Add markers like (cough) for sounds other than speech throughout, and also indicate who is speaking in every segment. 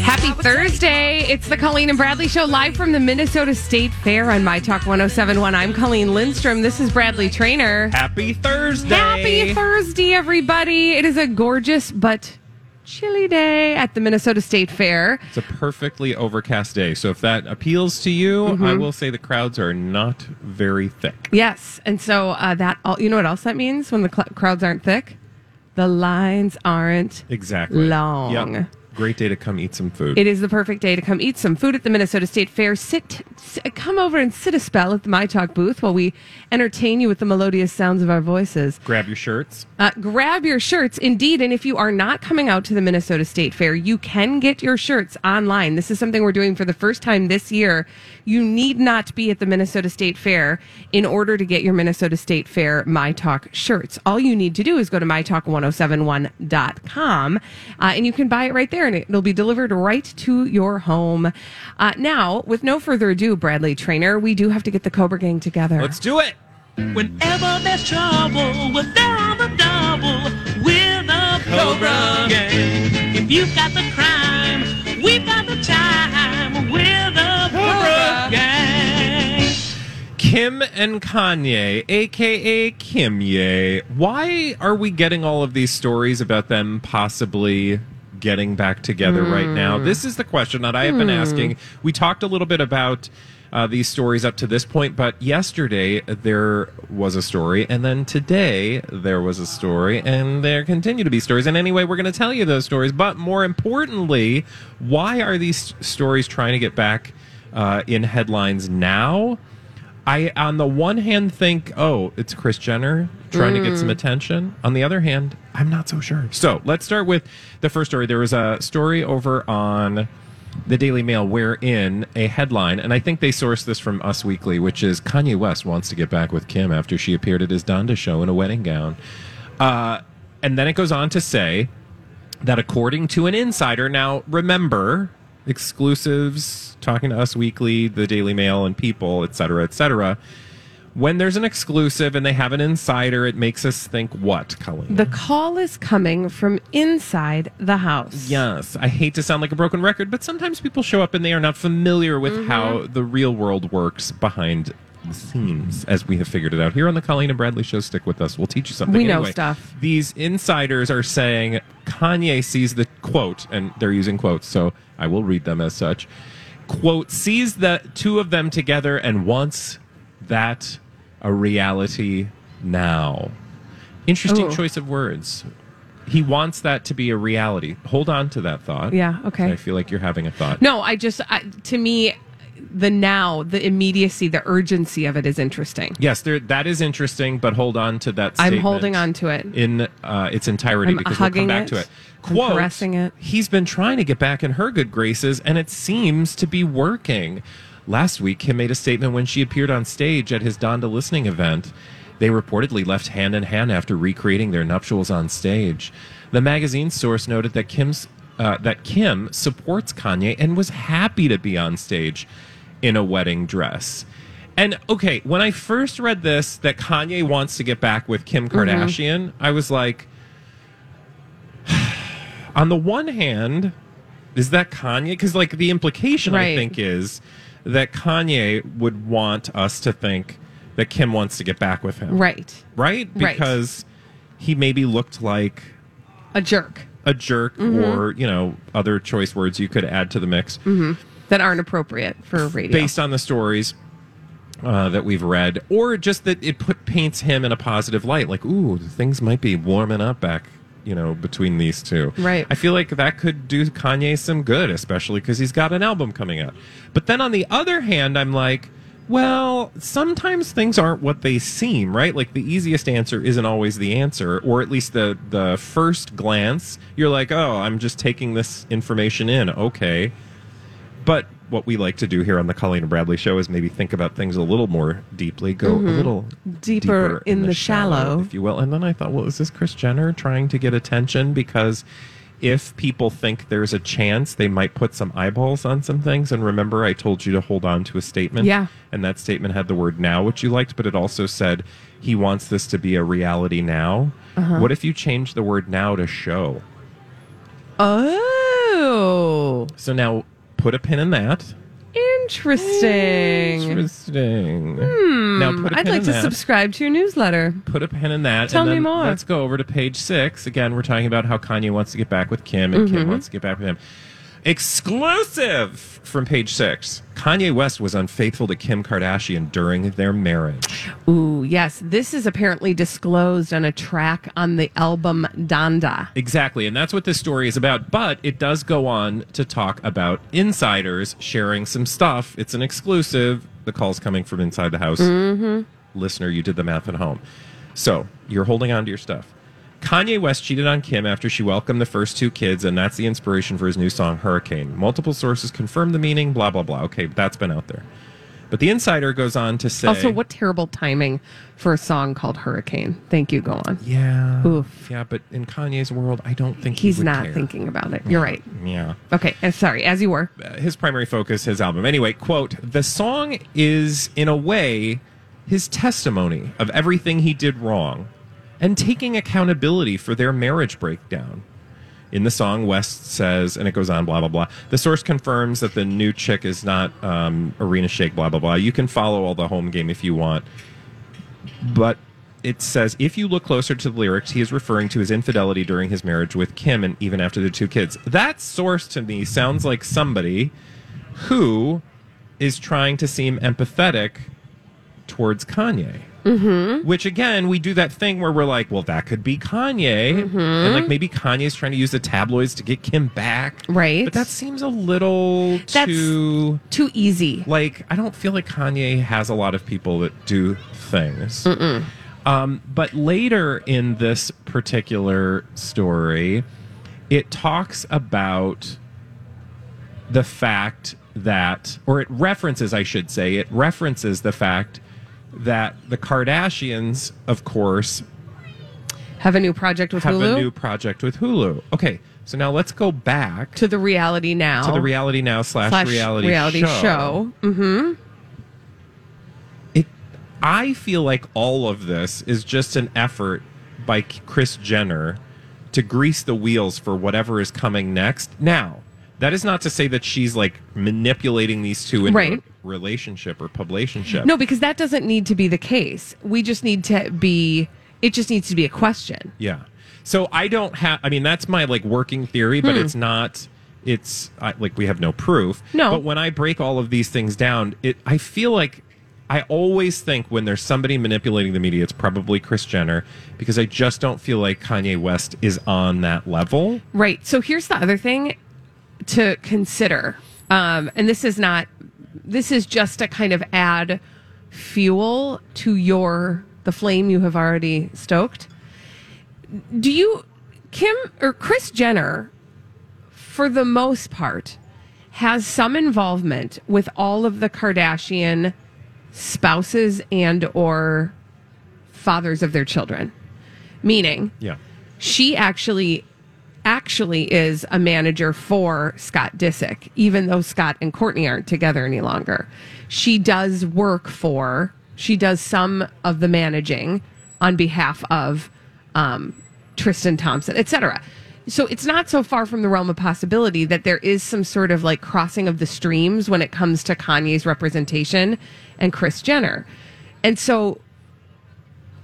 Speaker 1: Happy Thursday. It's the Colleen and Bradley Show live from the Minnesota State Fair on My Talk 1071. I'm Colleen Lindstrom. This is Bradley Trainer.
Speaker 2: Happy Thursday.
Speaker 1: Happy Thursday, everybody. It is a gorgeous but chilly day at the Minnesota State Fair.
Speaker 2: It's a perfectly overcast day. So if that appeals to you, I
Speaker 1: Mm-hmm.
Speaker 2: will say the crowds are not very thick.
Speaker 1: Yes. And so uh, that all, you know what else that means when the cl- crowds aren't thick? The lines aren't
Speaker 2: Exactly.
Speaker 1: Long.
Speaker 2: Yep. Great day to come eat some food.
Speaker 1: It is the perfect day to come eat some food at the Minnesota State Fair. Sit, s come over and sit a spell at the My Talk booth while we entertain you with the melodious sounds of our voices.
Speaker 2: Grab your shirts.
Speaker 1: Uh, grab your shirts, indeed. And if you are not coming out to the Minnesota State Fair, you can get your shirts online. This is something we're doing for the first time this year. You need not be at the Minnesota State Fair in order to get your Minnesota State Fair My Talk shirts. All you need to do is go to mytalk1071.com uh, and you can buy it right there and it'll be delivered right to your home. Uh, now, with no further ado, Bradley Trainer, we do have to get the Cobra Gang together.
Speaker 2: Let's do it.
Speaker 3: Whenever there's trouble, we're there on the double. We're the Cobra Gang. If you've got the crime, we've got the time. We're the Cobra Gang.
Speaker 2: Kim and Kanye, aka Kimye. Why are we getting all of these stories about them possibly getting back together right now? This is the question that I have been asking. We talked a little bit about uh, these stories up to this point, but yesterday there was a story, and then today there was a story, and there continue to be stories. And anyway, we're going to tell you those stories. But more importantly, why are these stories trying to get back uh, in headlines now? I, on the one hand, think, oh, it's Chris Jenner trying to get some attention. On the other hand, I'm not so sure. So let's start with the first story. There was a story over on the Daily Mail wherein a headline, and I think they sourced this from Us Weekly, which is Kanye West wants to get back with Kim after she appeared at his Donda show in a wedding gown. Uh, and then it goes on to say, that according to an insider, now remember exclusives talking to us weekly, the Daily Mail and people, et cetera, et cetera. When there's an exclusive and they have an insider, it makes us think what, Colleen?
Speaker 1: the call is coming from inside the house.
Speaker 2: yes, I hate to sound like a broken record, but sometimes people show up and they are not familiar with
Speaker 1: Mm-hmm.
Speaker 2: how the real world works behind the scenes, as we have figured it out here on the Colleen and Bradley show. Stick with us; we'll teach you something.
Speaker 1: We know
Speaker 2: Anyway,
Speaker 1: stuff.
Speaker 2: These insiders are saying Kanye sees the quote, and they're using quotes, so I will read them as such. Quote sees the two of them together and wants that a reality now. Interesting
Speaker 1: Ooh.
Speaker 2: choice of words. He wants that to be a reality. Hold on to that thought.
Speaker 1: Yeah, okay.
Speaker 2: I feel like you're having a thought.
Speaker 1: No, I just I, to me the now, the immediacy, the urgency of it is interesting.
Speaker 2: Yes, there, that is interesting, but hold on to that
Speaker 1: I'm
Speaker 2: statement
Speaker 1: holding on to it.
Speaker 2: in uh, its entirety
Speaker 1: I'm
Speaker 2: because we'll come
Speaker 1: hugging
Speaker 2: back
Speaker 1: it.
Speaker 2: to it.
Speaker 1: I'm
Speaker 2: Quote,
Speaker 1: caressing it.
Speaker 2: He's been trying to get back in her good graces, and it seems to be working. Last week, Kim made a statement when she appeared on stage at his Donda listening event. They reportedly left hand in hand after recreating their nuptials on stage. The magazine source noted that Kim's uh, that Kim supports Kanye and was happy to be on stage in a wedding dress. And okay, when I first read this that Kanye wants to get back with Kim Kardashian, I was like, on the one hand, is that Kanye? Because like the implication I
Speaker 1: Right.
Speaker 2: think is that Kanye would want us to think that Kim wants to get back with him,
Speaker 1: Right.
Speaker 2: Right?
Speaker 1: Right.
Speaker 2: Because he maybe looked like
Speaker 1: A jerk.
Speaker 2: a jerk
Speaker 1: Mm-hmm.
Speaker 2: or, you know, other choice words you could add to the mix
Speaker 1: that aren't appropriate for radio.
Speaker 2: based on the stories uh, that we've read, or just that it put, paints him in a positive light. Like, ooh, things might be warming up back, you know, between these two.
Speaker 1: Right.
Speaker 2: I feel like that could do Kanye some good, especially because he's got an album coming out. But then on the other hand, I'm like, well, sometimes things aren't what they seem, right? Like the easiest answer isn't always the answer, or at least the the first glance, you're like, oh, I'm just taking this information in. Okay. But what we like to do here on the Colleen and Bradley show is maybe think about things a little more deeply, go a little deeper,
Speaker 1: Mm-hmm. in the shallow.
Speaker 2: if you will. And then I thought, well, is this Chris Jenner trying to get attention? Because if people think there's a chance, they might put some eyeballs on some things. And remember, I told you to hold on to a statement.
Speaker 1: Yeah.
Speaker 2: And that statement had the word now, which you liked, but it also said he wants this to be a reality now.
Speaker 1: Uh-huh.
Speaker 2: What if you change the word now to show?
Speaker 1: Oh,
Speaker 2: So now put a pin in that.
Speaker 1: interesting.
Speaker 2: Interesting. Now put a
Speaker 1: I'd
Speaker 2: pin
Speaker 1: like
Speaker 2: in
Speaker 1: to
Speaker 2: that.
Speaker 1: subscribe to your newsletter.
Speaker 2: Put a pin in that.
Speaker 1: Tell
Speaker 2: and
Speaker 1: me
Speaker 2: then
Speaker 1: more.
Speaker 2: Let's go over to page six. Again, we're talking about how Kanye wants to get back with Kim and Kim wants to get back with him. Exclusive from page six. Kanye West was unfaithful to Kim Kardashian during their marriage.
Speaker 1: Ooh, yes. This is apparently disclosed on a track on the album Donda.
Speaker 2: Exactly. And that's what this story is about. But it does go on to talk about insiders sharing some stuff. It's an exclusive. The call's coming from inside the house.
Speaker 1: Mm-hmm.
Speaker 2: listener, you did the math at home. So you're holding on to your stuff. Kanye West cheated on Kim after she welcomed the first two kids, and that's the inspiration for his new song, Hurricane. Multiple sources confirm the meaning, blah, blah, blah. Okay, that's been out there. But the insider goes on to say.
Speaker 1: Also, what terrible timing for a song called Hurricane. Thank you. Go on.
Speaker 2: Yeah.
Speaker 1: Oof.
Speaker 2: Yeah, but in Kanye's world, I don't think he
Speaker 1: He's
Speaker 2: would
Speaker 1: not
Speaker 2: care.
Speaker 1: thinking about it. You're right.
Speaker 2: Yeah.
Speaker 1: Okay. uh, Sorry. As you were.
Speaker 2: uh, his primary focus, his album. Anyway, quote, the song is, in a way, his testimony of everything he did wrong and taking accountability for their marriage breakdown. In the song, West says, and it goes on, blah, blah, blah. The source confirms that the new chick is not um, Arena Shake, blah, blah, blah. You can follow all the home game if you want but it says if you look closer to the lyrics, he is referring to his infidelity during his marriage with Kim and even after the two kids. That source to me sounds like somebody who is trying to seem empathetic towards Kanye. Mm-hmm. Which again, we do that thing where we're like, well, that could be Kanye.
Speaker 1: Mm-hmm.
Speaker 2: And like maybe Kanye's trying to use the tabloids to get Kim back.
Speaker 1: Right.
Speaker 2: But that seems a little
Speaker 1: That's-
Speaker 2: too
Speaker 1: Too easy.
Speaker 2: like I don't feel like Kanye has a lot of people that do things. Um, but later in this particular story, it talks about the fact that, or it references, I should say, it references the fact that the Kardashians, of course,
Speaker 1: Have a new project with
Speaker 2: have
Speaker 1: Hulu?
Speaker 2: a new project with Hulu. Okay, so now let's go back
Speaker 1: to the reality now.
Speaker 2: to the reality now slash,
Speaker 1: slash
Speaker 2: reality,
Speaker 1: reality show. Mm-hmm.
Speaker 2: it i feel like all of this is just an effort by K- chris jenner to grease the wheels for whatever is coming next now that is not to say that she's like manipulating these two into
Speaker 1: Right.
Speaker 2: a relationship or publicationship
Speaker 1: No, because that doesn't need to be the case. We just need to be. It just needs to be a question.
Speaker 2: yeah so i don't have i mean that's my like working theory but it's not it's I, like we have no proof
Speaker 1: No.
Speaker 2: but when i break all of these things down it i feel like i always think when there's somebody manipulating the media it's probably chris jenner because i just don't feel like kanye west is on that level
Speaker 1: Right. So here's the other thing to consider. Um, and this is not, this is just to kind of add fuel to your, the flame you have already stoked. Do you, Kim or Chris Jenner, for the most part, has some involvement with all of the Kardashian spouses and or fathers of their children. Meaning,
Speaker 2: yeah
Speaker 1: she actually actually is a manager for Scott Disick, even though Scott and Courtney aren't together any longer. She does work for she does some of the managing on behalf of um, Tristan Thompson, etc. So it's not so far from the realm of possibility that there is some sort of like crossing of the streams when it comes to Kanye's representation and Chris Jenner. And so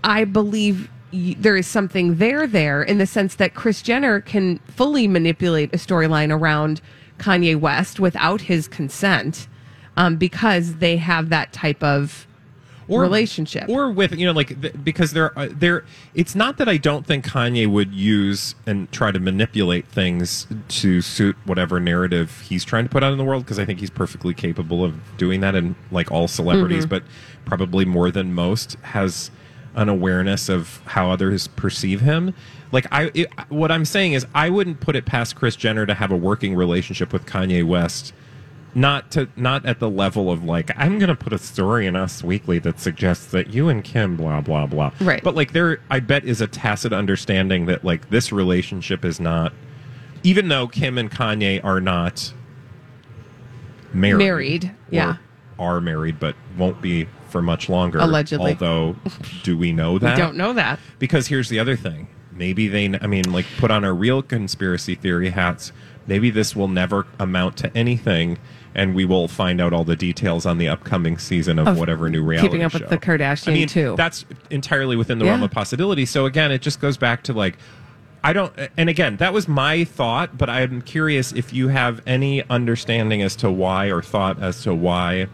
Speaker 1: I believe y- there is something there there in the sense that Chris Jenner can fully manipulate a storyline around Kanye West without his consent um, because they have that type of relationship.
Speaker 2: or with you know like th- because there are there it's not that i don't think kanye would use and try to manipulate things to suit whatever narrative he's trying to put out in the world because i think he's perfectly capable of doing that and like all celebrities but probably more than most has an awareness of how others perceive him like i it, what i'm saying is i wouldn't put it past chris jenner to have a working relationship with kanye west not to not at the level of like I'm going to put a story in Us Weekly that suggests that you and Kim blah blah blah.
Speaker 1: Right.
Speaker 2: But like there, I bet is a tacit understanding that like this relationship is not, even though Kim and Kanye are not married.
Speaker 1: Married,
Speaker 2: or
Speaker 1: yeah.
Speaker 2: Are married, but won't be for much longer.
Speaker 1: Allegedly.
Speaker 2: Although, do we know that?
Speaker 1: I don't know that.
Speaker 2: Because here's the other thing. Maybe they, I mean, like, put on our real conspiracy theory hats. Maybe this will never amount to anything, and we will find out all the details on the upcoming season of,
Speaker 1: Of
Speaker 2: whatever new reality
Speaker 1: Keeping Up with
Speaker 2: show.
Speaker 1: the Kardashian
Speaker 2: I mean,
Speaker 1: too.
Speaker 2: That's entirely within the
Speaker 1: Yeah.
Speaker 2: realm of possibility. So again, it just goes back to like, I don't. And again, that was my thought, but I'm curious if you have any understanding as to why or thought as to why.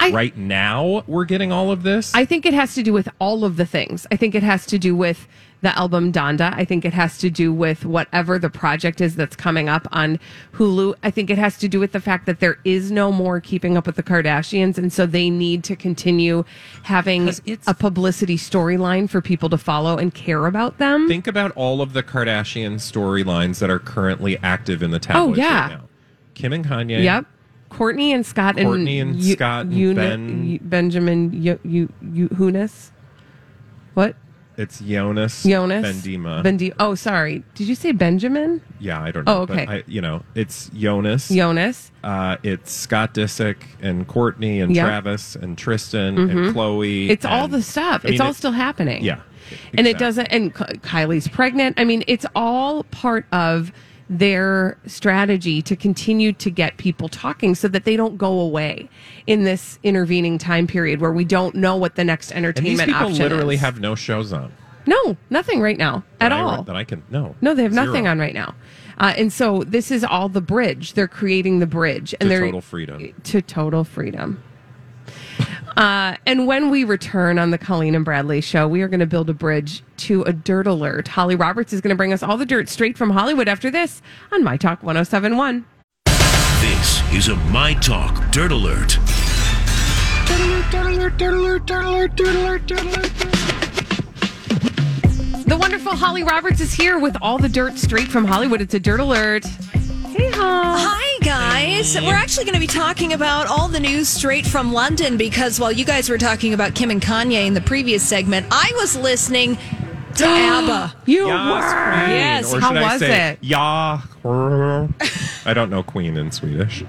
Speaker 1: I-
Speaker 2: right now, we're getting all of this.
Speaker 1: I think it has to do with all of the things. I think it has to do with the album Donda. I think it has to do with whatever the project is that's coming up on Hulu. I think it has to do with the fact that there is no more keeping up with the Kardashians. And so they need to continue having a publicity storyline for people to follow and care about them.
Speaker 2: think about all of the Kardashian storylines that are currently active in the tabloids
Speaker 1: Oh, yeah.
Speaker 2: right now. Kim and Kanye.
Speaker 1: Yep. Courtney and Scott
Speaker 2: Courtney
Speaker 1: and,
Speaker 2: and
Speaker 1: Yu-
Speaker 2: Scott and
Speaker 1: Yuna-
Speaker 2: Ben.
Speaker 1: Yu- Benjamin Yu- Yu- Yu- Hunas. What?
Speaker 2: It's Jonas.
Speaker 1: Jonas
Speaker 2: Bendima.
Speaker 1: Bendi- oh, sorry. Did you say Benjamin?
Speaker 2: yeah, I don't know.
Speaker 1: Oh, okay.
Speaker 2: But I, you know, it's Jonas.
Speaker 1: Jonas.
Speaker 2: Uh, it's Scott Disick and Courtney and
Speaker 1: Yep. Mm-hmm.
Speaker 2: Travis and Tristan and Chloe.
Speaker 1: It's all
Speaker 2: and-
Speaker 1: the stuff.
Speaker 2: I mean,
Speaker 1: it's all
Speaker 2: it-
Speaker 1: still happening.
Speaker 2: Yeah,
Speaker 1: And it
Speaker 2: exactly.
Speaker 1: doesn't. And Ky- Kylie's pregnant. I mean, it's all part of their strategy to continue to get people talking so that they don't go away in this intervening time period where we don't know what the next
Speaker 2: And
Speaker 1: entertainment
Speaker 2: these people
Speaker 1: option
Speaker 2: literally
Speaker 1: is.
Speaker 2: have no shows on
Speaker 1: no nothing right now at
Speaker 2: that I-
Speaker 1: all.
Speaker 2: that I can no.
Speaker 1: No, they have
Speaker 2: Zero.
Speaker 1: nothing on right now. Uh, and so this is all the bridge. They're creating the bridge, and
Speaker 2: To
Speaker 1: they're
Speaker 2: total freedom.
Speaker 1: To total freedom. Uh, and when we return on the Colleen and Bradley show, we are going to build a bridge to a dirt alert. Holly Roberts is going to bring us all the dirt straight from Hollywood after this on My Talk 1071.
Speaker 4: This is a My Talk Dirt Alert.
Speaker 1: The wonderful Holly Roberts is here with all the dirt straight from Hollywood. It's a dirt alert. Hey, Hol.
Speaker 5: Hi, guys. We're actually going to be talking about all the news straight from London because while you guys were talking about Kim and Kanye in the previous segment, I was listening
Speaker 2: (gasps)
Speaker 5: to ABBA.
Speaker 1: You
Speaker 2: Yas,
Speaker 1: were.
Speaker 2: Queen.
Speaker 5: Yes,
Speaker 2: Or
Speaker 1: how
Speaker 2: should I
Speaker 1: was
Speaker 2: say,
Speaker 1: it?
Speaker 2: Ja. (laughs) I don't know Queen in Swedish.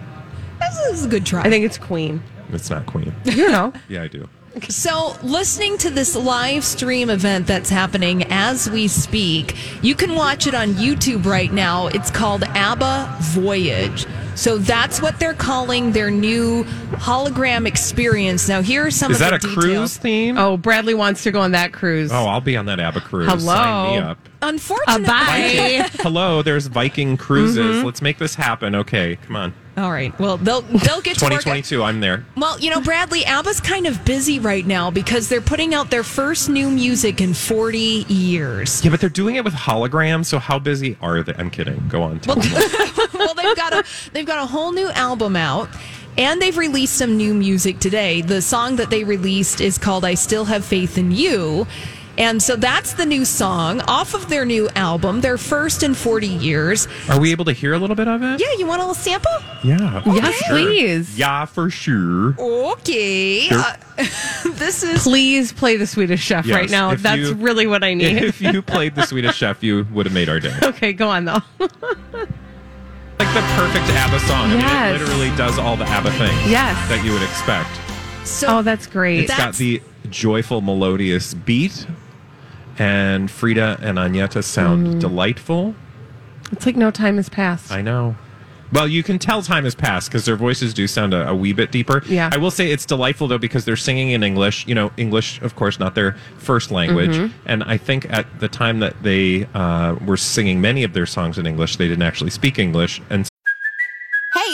Speaker 5: This is a good try.
Speaker 1: I think it's Queen.
Speaker 2: It's not Queen.
Speaker 1: You
Speaker 2: (laughs)
Speaker 1: know.
Speaker 2: Yeah, I do.
Speaker 5: So, listening to this live stream event that's happening as we speak, you can watch it on YouTube right now. It's called ABBA Voyage. So, that's what they're calling their new hologram experience. Now, here are some
Speaker 2: Is
Speaker 5: of
Speaker 2: that a
Speaker 5: the details.
Speaker 2: cruise theme?
Speaker 1: Oh, Bradley wants to go on that cruise.
Speaker 2: Oh, I'll be on that ABBA cruise.
Speaker 1: Hello?
Speaker 2: Sign me up.
Speaker 5: Unfortunately,
Speaker 1: Bye.
Speaker 2: Hello, there's Viking cruises. Let's make this happen. Okay, come on.
Speaker 5: All right. Well, they'll they'll get to work.
Speaker 2: 2022, I'm there.
Speaker 5: Well, you know, Bradley, ABBA's kind of busy right now because they're putting out their first new music in 40 years. (laughs)
Speaker 2: Yeah, but they're doing it with holograms, so how busy are they? I'm kidding. Go on. Tell me.
Speaker 5: (laughs) well, they've got a they've got a whole new album out. And they've released some new music today. The song that they released is called I Still Have Faith in You. And so that's the new song off of their new album, their first in 40 years.
Speaker 2: Are we able to hear a little bit of it?
Speaker 5: Yeah, you want a little sample?
Speaker 2: Yeah.
Speaker 1: Yes, please.
Speaker 2: Yeah, for sure.
Speaker 5: Okay.
Speaker 2: Sure.
Speaker 5: Uh, this is
Speaker 1: Please play the Swedish Chef
Speaker 2: Yes,
Speaker 1: right now.
Speaker 2: if
Speaker 1: That's
Speaker 2: you-
Speaker 1: really what I need.
Speaker 2: (laughs) If you played the Swedish chef, you would have made our day.
Speaker 1: (laughs) okay, go on though.
Speaker 2: Like the perfect ABBA song. I mean,
Speaker 1: Yes.
Speaker 2: it literally does all the ABBA things
Speaker 1: Yes.
Speaker 2: that you would expect.
Speaker 5: so
Speaker 1: Oh, that's great.
Speaker 2: It's got
Speaker 5: That's-
Speaker 2: the joyful, melodious beat, and Frida and Agneta sound delightful.
Speaker 1: It's like no time has passed.
Speaker 2: I know. Well, you can tell time has passed because their voices do sound a, a wee bit deeper.
Speaker 1: Yeah.
Speaker 2: I will say it's delightful though because they're singing in English. You know, English, of course, not their first language. And I think at the time that they uh, were singing many of their songs in English, they didn't actually speak English, and
Speaker 6: Hey,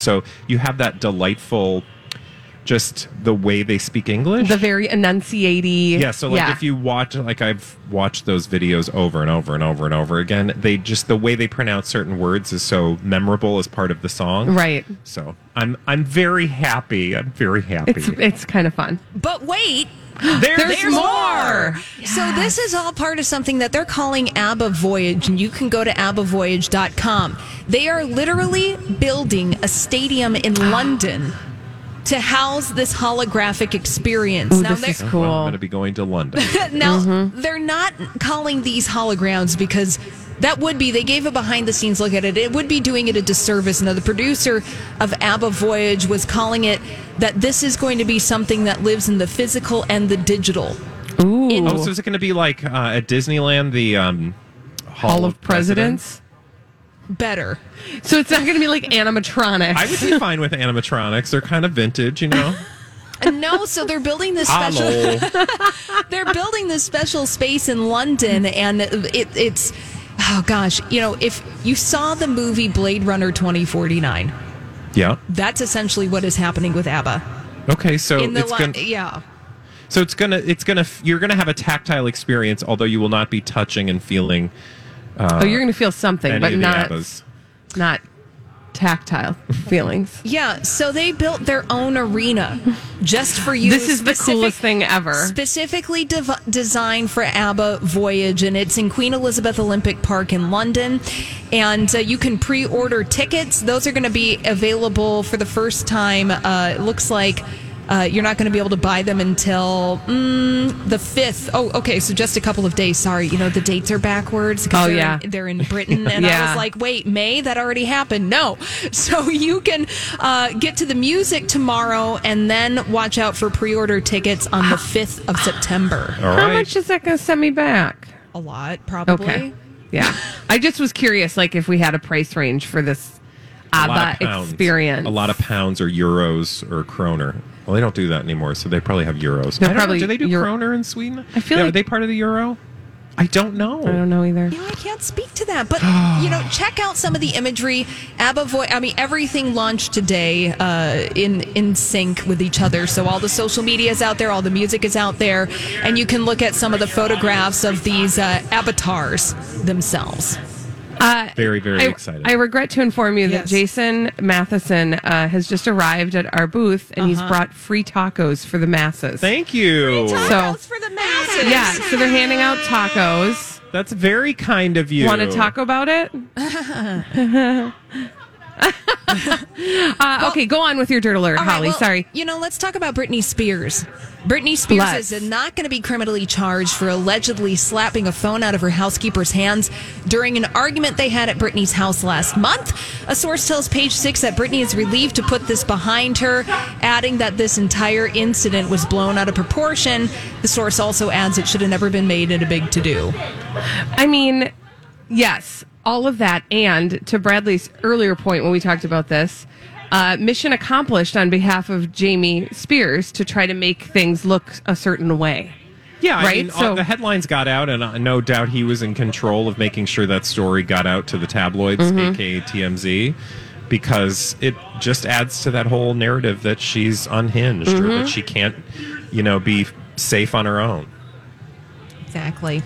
Speaker 2: so you have that delightful, just the way they speak English.
Speaker 1: The very enunciaty.
Speaker 2: Yeah, so like if you watch like I've watched those videos over and over and over and over again, they just the way they pronounce certain words is so memorable as part of the song.
Speaker 1: Right.
Speaker 2: So I'm I'm very happy. I'm very happy.
Speaker 1: It's, it's kind of fun.
Speaker 5: But
Speaker 1: (gasps)
Speaker 5: wait,
Speaker 2: there's,
Speaker 5: there's more. So this is all part of something that they're calling ABBA Voyage, and you can go to abbavoyage.com. They are literally building a stadium
Speaker 1: (gasps)
Speaker 5: in London to house this holographic experience.
Speaker 1: Ooh,
Speaker 5: now
Speaker 1: this is
Speaker 5: they're-
Speaker 2: Well, I'm
Speaker 1: cool.
Speaker 2: going to be going to London.
Speaker 5: now they're not calling these holograms because that would be they gave a behind the scenes look at it it would be doing it a disservice now the producer of abba voyage was calling it that this is going to be something that lives in the physical and the digital
Speaker 1: Ooh.
Speaker 2: oh, so is it going to be like uh, at Disneyland the um, Hall,
Speaker 1: All of presidents.
Speaker 5: better
Speaker 1: So it's not going to be like animatronics.
Speaker 2: I would be fine with animatronics. They're kind of vintage, you know.
Speaker 5: no so they're
Speaker 2: (laughs)
Speaker 5: building this special
Speaker 2: Hello.
Speaker 5: (laughs) they're building this special space in London, and it, it's oh gosh, you know, if you saw the movie Blade Runner twenty forty nine,
Speaker 2: yeah.
Speaker 5: that's essentially what is happening with ABBA.
Speaker 2: Okay, so
Speaker 5: In the
Speaker 2: Oh, it's
Speaker 5: li-
Speaker 2: going
Speaker 5: yeah,
Speaker 2: so it's going to it's going to you're going to have a tactile experience although you will not be touching and feeling
Speaker 1: oh, you're going to feel something,
Speaker 2: any
Speaker 1: but
Speaker 2: of the
Speaker 1: not
Speaker 2: ABBAs.
Speaker 1: not tactile feelings.
Speaker 5: yeah. So they built their own arena just for you.
Speaker 1: this is the
Speaker 5: specific-
Speaker 1: coolest thing ever.
Speaker 5: Specifically dev- designed for ABBA Voyage, and it's in Queen Elizabeth Olympic Park in London. And uh, you can pre order tickets. Those are going to be available for the first time. Uh, it looks like. Uh, you're not going to be able to buy them until mm, the 5th. Oh, okay. So just a couple of days. Sorry. You know, the dates are backwards. 'cause
Speaker 1: Oh,
Speaker 5: they're
Speaker 1: yeah.
Speaker 5: In, they're in
Speaker 1: (laughs)
Speaker 5: Britain. And I
Speaker 1: Yeah.
Speaker 5: was like, wait, May? That already happened. No. (laughs) So you can uh, get to the music tomorrow and then watch out for pre order tickets on
Speaker 1: Ah.
Speaker 5: the 5th of September.
Speaker 2: All
Speaker 1: How
Speaker 2: right.
Speaker 1: much is that going to send me back?
Speaker 5: A lot, probably.
Speaker 1: Okay. Yeah. I just was curious, like, if we had a price range for this
Speaker 2: A lot of
Speaker 1: ABBA
Speaker 2: pounds.
Speaker 1: experience.
Speaker 2: A lot of pounds or euros or kroner. Well, they don't do that anymore, so they probably have euros.
Speaker 1: They're
Speaker 2: I don't
Speaker 1: probably
Speaker 2: know. Do they do
Speaker 1: Euro-
Speaker 2: kroner in Sweden?
Speaker 1: I feel
Speaker 2: Yeah,
Speaker 1: like-
Speaker 2: are they part of the euro? I don't know.
Speaker 1: I don't know either.
Speaker 5: You know, I can't speak to
Speaker 1: (sighs)
Speaker 5: that, but you know, check out some of the imagery. ABBA, Vo- I mean, everything launched today uh, in in sync with each other. So all the social media is out there, all the music is out there, and you can look at some of the photographs of these uh, avatars themselves.
Speaker 1: Uh,
Speaker 2: Very, very
Speaker 1: I,
Speaker 2: excited.
Speaker 1: I regret to inform you that
Speaker 5: Yes.
Speaker 1: Jason Matheson uh, has just arrived at our booth and
Speaker 5: Uh-huh.
Speaker 1: he's brought free tacos for the masses.
Speaker 2: Thank you.
Speaker 1: so,
Speaker 5: for the masses.
Speaker 1: yeah, so they're handing out tacos.
Speaker 2: That's very kind of you.
Speaker 1: Want to talk about
Speaker 5: (laughs)
Speaker 1: it? (laughs) uh, okay, go on with your dirt alert,
Speaker 5: All right,
Speaker 1: Holly.
Speaker 5: well,
Speaker 1: Sorry.
Speaker 5: You know, let's talk about Britney Spears. Britney Spears
Speaker 1: Let's.
Speaker 5: is not going to be criminally charged for allegedly slapping a phone out of her housekeeper's hands during an argument they had at Britney's house last month. A source tells Page Six that Britney is relieved to put this behind her, adding that this entire incident was blown out of proportion. The source also adds it should have never been made it a big to do.
Speaker 1: I mean, yes, all of that. And to Bradley's earlier point when we talked about this, uh, mission accomplished on behalf of Jamie Spears to try to make things look a certain way.
Speaker 2: Yeah, I
Speaker 1: Right,
Speaker 2: mean,
Speaker 1: so-
Speaker 2: uh, the headlines got out, and uh, no doubt
Speaker 1: Mm-hmm.
Speaker 2: he was in control of making sure that story got out to the tabloids, aka TMZ. because it just adds to that whole narrative that she's unhinged or
Speaker 1: Mm-hmm.
Speaker 2: that she can't, you know, be safe on her own.
Speaker 5: Exactly.